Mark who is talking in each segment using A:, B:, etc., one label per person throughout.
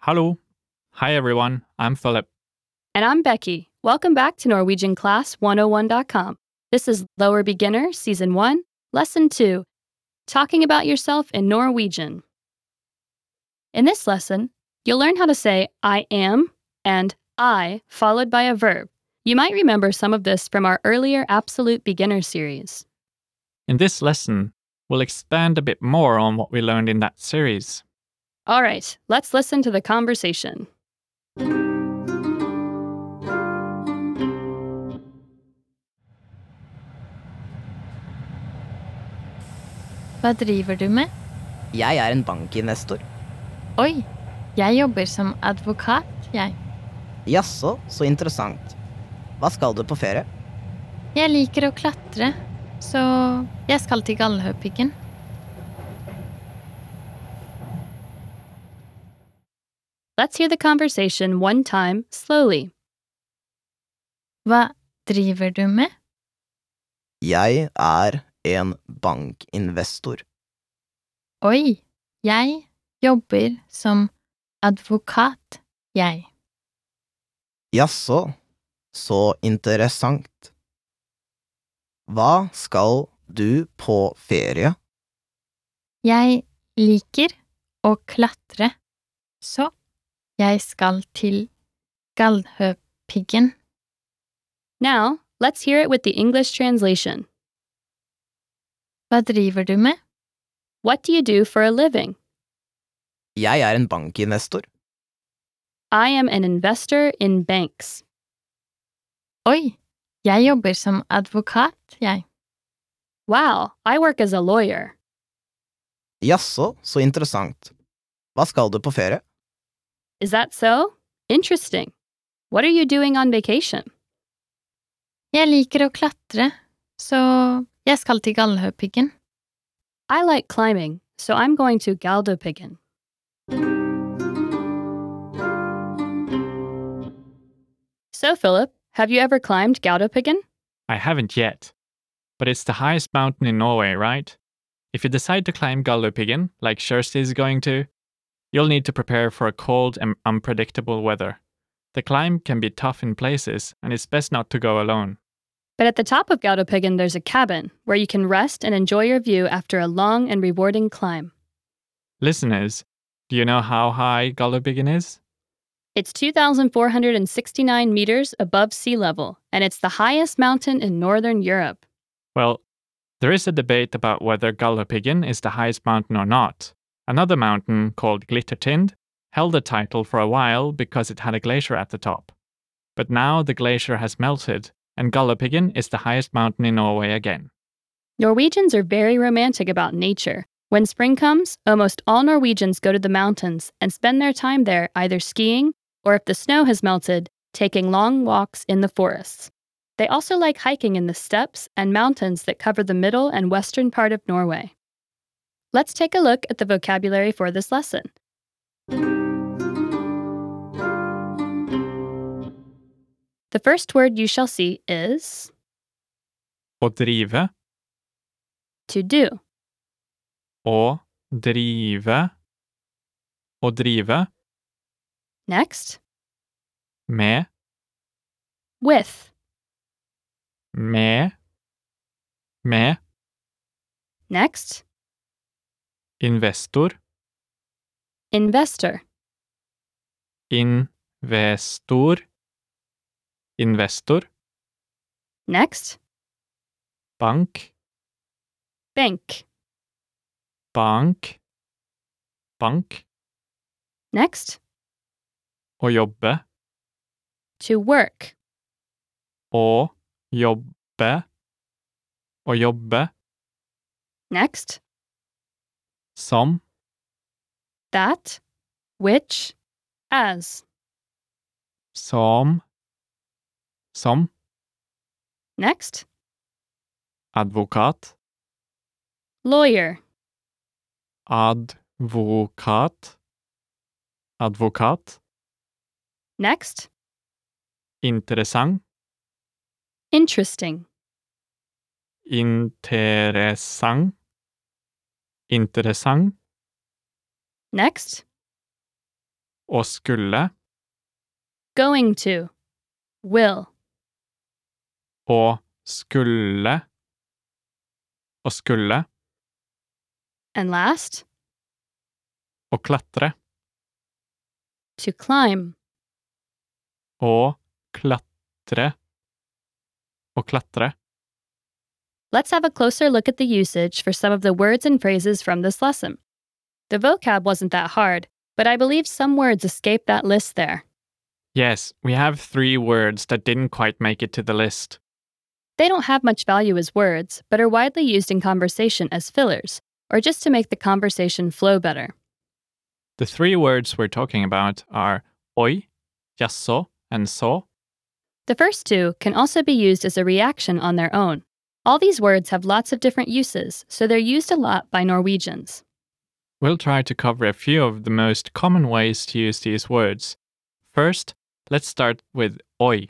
A: Hallo. Hi, everyone. I'm Philip.
B: And I'm Becky. Welcome back to NorwegianClass101.com. This is Lower Beginner, Season 1, Lesson 2, Talking About Yourself in Norwegian. In this lesson, you'll learn how to say I am and I followed by a verb. You might remember some of this from our earlier Absolute Beginner series.
A: In this lesson, we'll expand a bit more on what we learned in that series.
B: All right, let's listen to the conversation.
C: Hva driver du med?
D: Jeg er en bankinvestor.
C: Oi, jeg jobber som advokat, jeg.
D: Jaså, så interessant. Hva skal du på ferie?
C: Jeg liker å klatre, så jeg skal til Galdhøpiggen.
B: Let's hear the conversation one time, slowly.
C: Hva driver du med?
D: Jeg er en bankinvestor.
C: Oi, jeg jobber som advokat, jeg.
D: Jaså, så interessant. Hva skal du på ferie?
C: Jeg liker å klatre, så jeg skal til Galdhøpiggen.
B: Now, let's hear it with the English translation.
C: Hva driver du med?
B: What do you do for a living?
D: Jeg er en bankinvestor.
B: I am an investor in banks.
C: Oi, jeg jobber som advokat, jeg.
B: Wow, I work as a lawyer.
D: Jaså, så interessant. Hva skal du på ferie?
B: Is that so? Interesting. What are you doing on vacation?
C: Jeg liker å klatre, så jeg skal til Galdhøpiggen.
B: I like climbing, so I'm going to Galdhøpiggen. So, Philip, have you ever climbed Galdhøpiggen?
A: I haven't yet. But it's the highest mountain in Norway, right? If you decide to climb Galdhøpiggen, like Kjersti is going to, you'll need to prepare for a cold and unpredictable weather. The climb can be tough in places, and it's best not to go alone.
B: But at the top of Galdhøpiggen, there's a cabin where you can rest and enjoy your view after a long and rewarding climb.
A: Listeners, do you know how high Galdhøpiggen is?
B: It's 2,469 meters above sea level, and it's the highest mountain in Northern Europe.
A: Well, there is a debate about whether Galdhøpiggen is the highest mountain or not. Another mountain called Glittertind held the title for a while because it had a glacier at the top. But now the glacier has melted, and Galdhøpiggen is the highest mountain in Norway again.
B: Norwegians are very romantic about nature. When spring comes, almost all Norwegians go to the mountains and spend their time there either skiing or, if the snow has melted, taking long walks in the forests. They also like hiking in the steppes and mountains that cover the middle and western part of Norway. Let's take a look at the vocabulary for this lesson. The first word you shall see is
A: Å drive
B: to do.
A: Å drive. Å drive
B: Next,
A: med,
B: with.
A: med, med
B: Next,
A: investor,
B: investor.
A: investor, investor,
B: Next,
A: bank,
B: bank.
A: bank, bank,
B: Next,
A: å jobbe,
B: to work.
A: å jobbe, å jobbe
B: Next,
A: som,
B: that, which, as.
A: som, som
B: Next,
A: advokat,
B: lawyer.
A: advokat, advokat,
B: Next,
A: interessant,
B: interesting.
A: interessant, interessant
B: Next,
A: og skulle
B: Going to. Will.
A: og skulle og skulle
B: And last,
A: og klatre
B: to climb.
A: og klatre og klatre.
B: Let's have a closer look at the usage for some of the words and phrases from this lesson. The vocab wasn't that hard, but I believe some words escaped that list there.
A: Yes, we have three words that didn't quite make it to the list.
B: They don't have much value as words, but are widely used in conversation as fillers, or just to make the conversation flow better.
A: The three words we're talking about are oi, jaså, and så.
B: The first two can also be used as a reaction on their own. All these words have lots of different uses, so they're used a lot by Norwegians.
A: We'll try to cover a few of the most common ways to use these words. First, let's start with oi.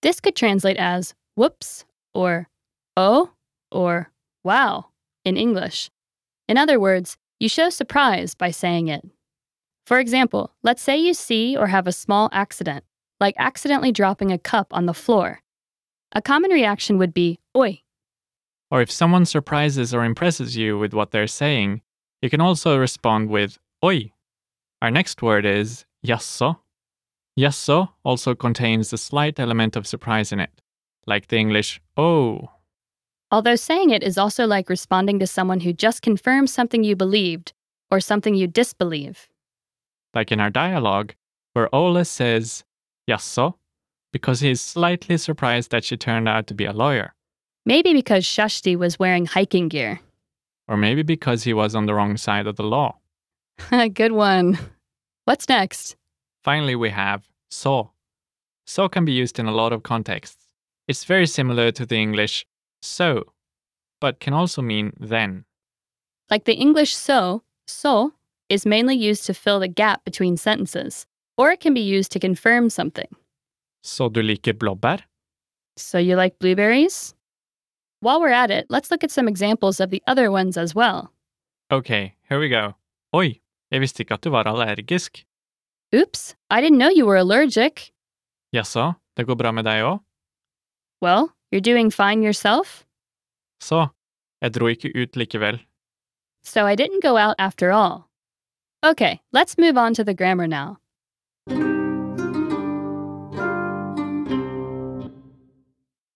B: This could translate as whoops or oh or wow in English. In other words, you show surprise by saying it. For example, let's say you see or have a small accident, like accidentally dropping a cup on the floor. A common reaction would be oi.
A: Or if someone surprises or impresses you with what they're saying, you can also respond with oi. Our next word is jaså. Jaså also contains a slight element of surprise in it, like the English oh.
B: Although saying it is also like responding to someone who just confirms something you believed or something you disbelieve.
A: like in our dialogue, where Ole says, Yasso, because he is slightly surprised that she turned out to be a lawyer,
B: Maybe because Shashti was wearing hiking gear.
A: or maybe because he was on the wrong side of the law.
B: Good one. What's next?
A: Finally, we have so. So can be used in a lot of contexts. It's very similar to the English so, but can also mean then.
B: Like the English so, so is mainly used to fill the gap between sentences, or it can be used to confirm something.
A: So du liker blåbær?
B: So you like blueberries? While we're at it, let's look at some examples of the other ones as well.
A: Okay, here we go. Oi, jeg visste ikke at du var allergisk.
B: Oops, I didn't know you were allergic.
A: Jaså, det går bra med deg òg?
B: Well, you're doing fine yourself?
A: Så, jeg dro ikke ut likevel.
B: So I didn't go out after all. Okay, let's move on to the grammar now.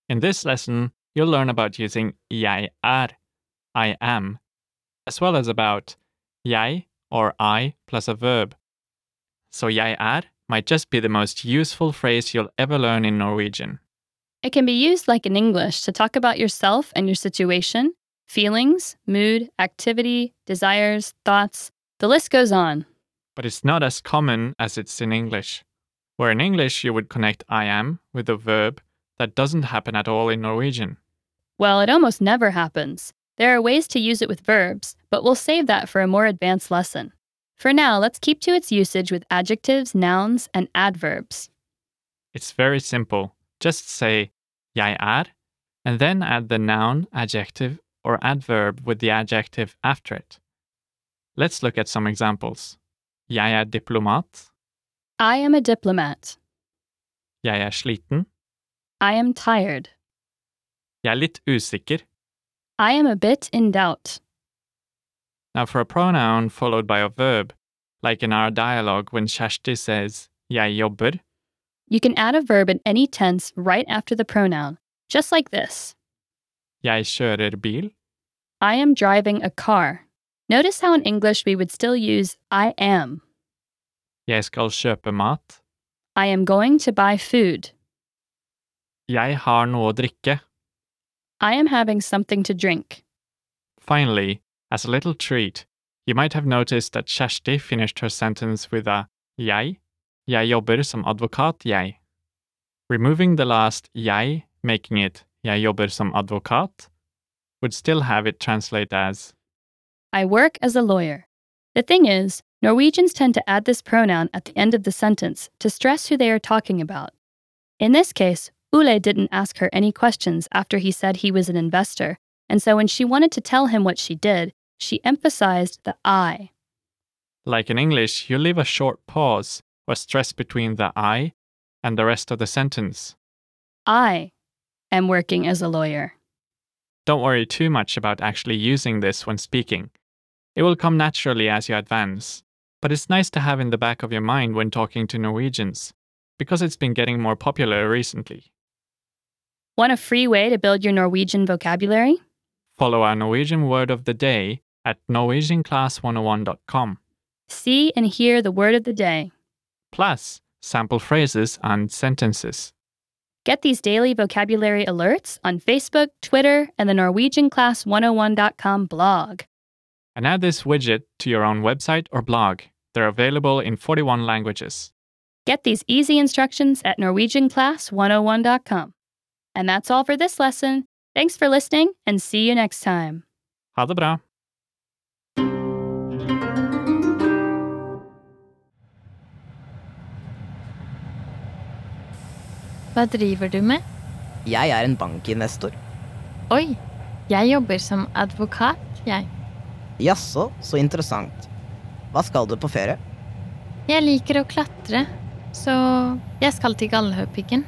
A: In this lesson, you'll learn about using jeg er, I am, as well as about jeg or I plus a verb. So jeg er might just be the most useful phrase you'll ever learn in Norwegian.
B: It can be used like in English to talk about yourself and your situation, feelings, mood, activity, desires, thoughts. The list goes on.
A: But it's not as common as it's in English, where in English you would connect I am with a verb that doesn't happen at all in Norwegian.
B: Well, it almost never happens. There are ways to use it with verbs, but we'll save that for a more advanced lesson. For now, let's keep to its usage with adjectives, nouns, and adverbs.
A: It's very simple. Just say jeg er, and then add the noun, adjective, or adverb with the adjective after it. Let's look at some examples. Jeg er diplomat.
B: I am a diplomat.
A: Jeg er sliten.
B: I am tired.
A: Jeg er litt usikker.
B: I am a bit in doubt.
A: Now for a pronoun followed by a verb, like in our dialogue when Shashti says jeg jobber,
B: You can add a verb in any tense right after the pronoun, just like this.
A: jeg kjører bil,
B: I am driving a car. Notice how in English we would still use I am.
A: jeg skal kjøpe mat,
B: I am going to buy food.
A: jeg har noe å drikke.
B: I am having something to drink.
A: Finally, as a little treat, you might have noticed that Shashti finished her sentence with a jeg. Jeg jobber som advokat, jeg. Removing the last jeg, making it jeg jobber som advokat, would still have it translate as
B: I work as a lawyer. The thing is, Norwegians tend to add this pronoun at the end of the sentence to stress who they are talking about. In this case, Ule didn't ask her any questions after he said he was an investor, and so when she wanted to tell him what she did, she emphasized the I.
A: Like in English, you leave a short pause or stress between the I and the rest of the sentence.
B: I am working as a lawyer.
A: Don't worry too much about actually using this when speaking. It will come naturally as you advance, but it's nice to have in the back of your mind when talking to Norwegians, because it's been getting more popular recently.
B: Want a free way to build your Norwegian vocabulary?
A: Follow our Norwegian word of the day at norwegianclass101.com,
B: See and hear the word of the day.
A: plus sample phrases and sentences.
B: Get these daily vocabulary alerts on Facebook, Twitter, and the NorwegianClass101.com blog.
A: And add this widget to your own website or blog. They're available in 41 languages.
B: Get these easy instructions at NorwegianClass101.com. And that's all for this lesson. Thanks for listening and see you next time.
A: Ha det bra!
C: Hva driver du med?
D: Jeg er en bankinvestor.
C: Oi, jeg jobber som advokat, jeg.
D: Jaså, så interessant. Hva skal du på ferie?
C: Jeg liker å klatre, så jeg skal til Galdhøpiggen.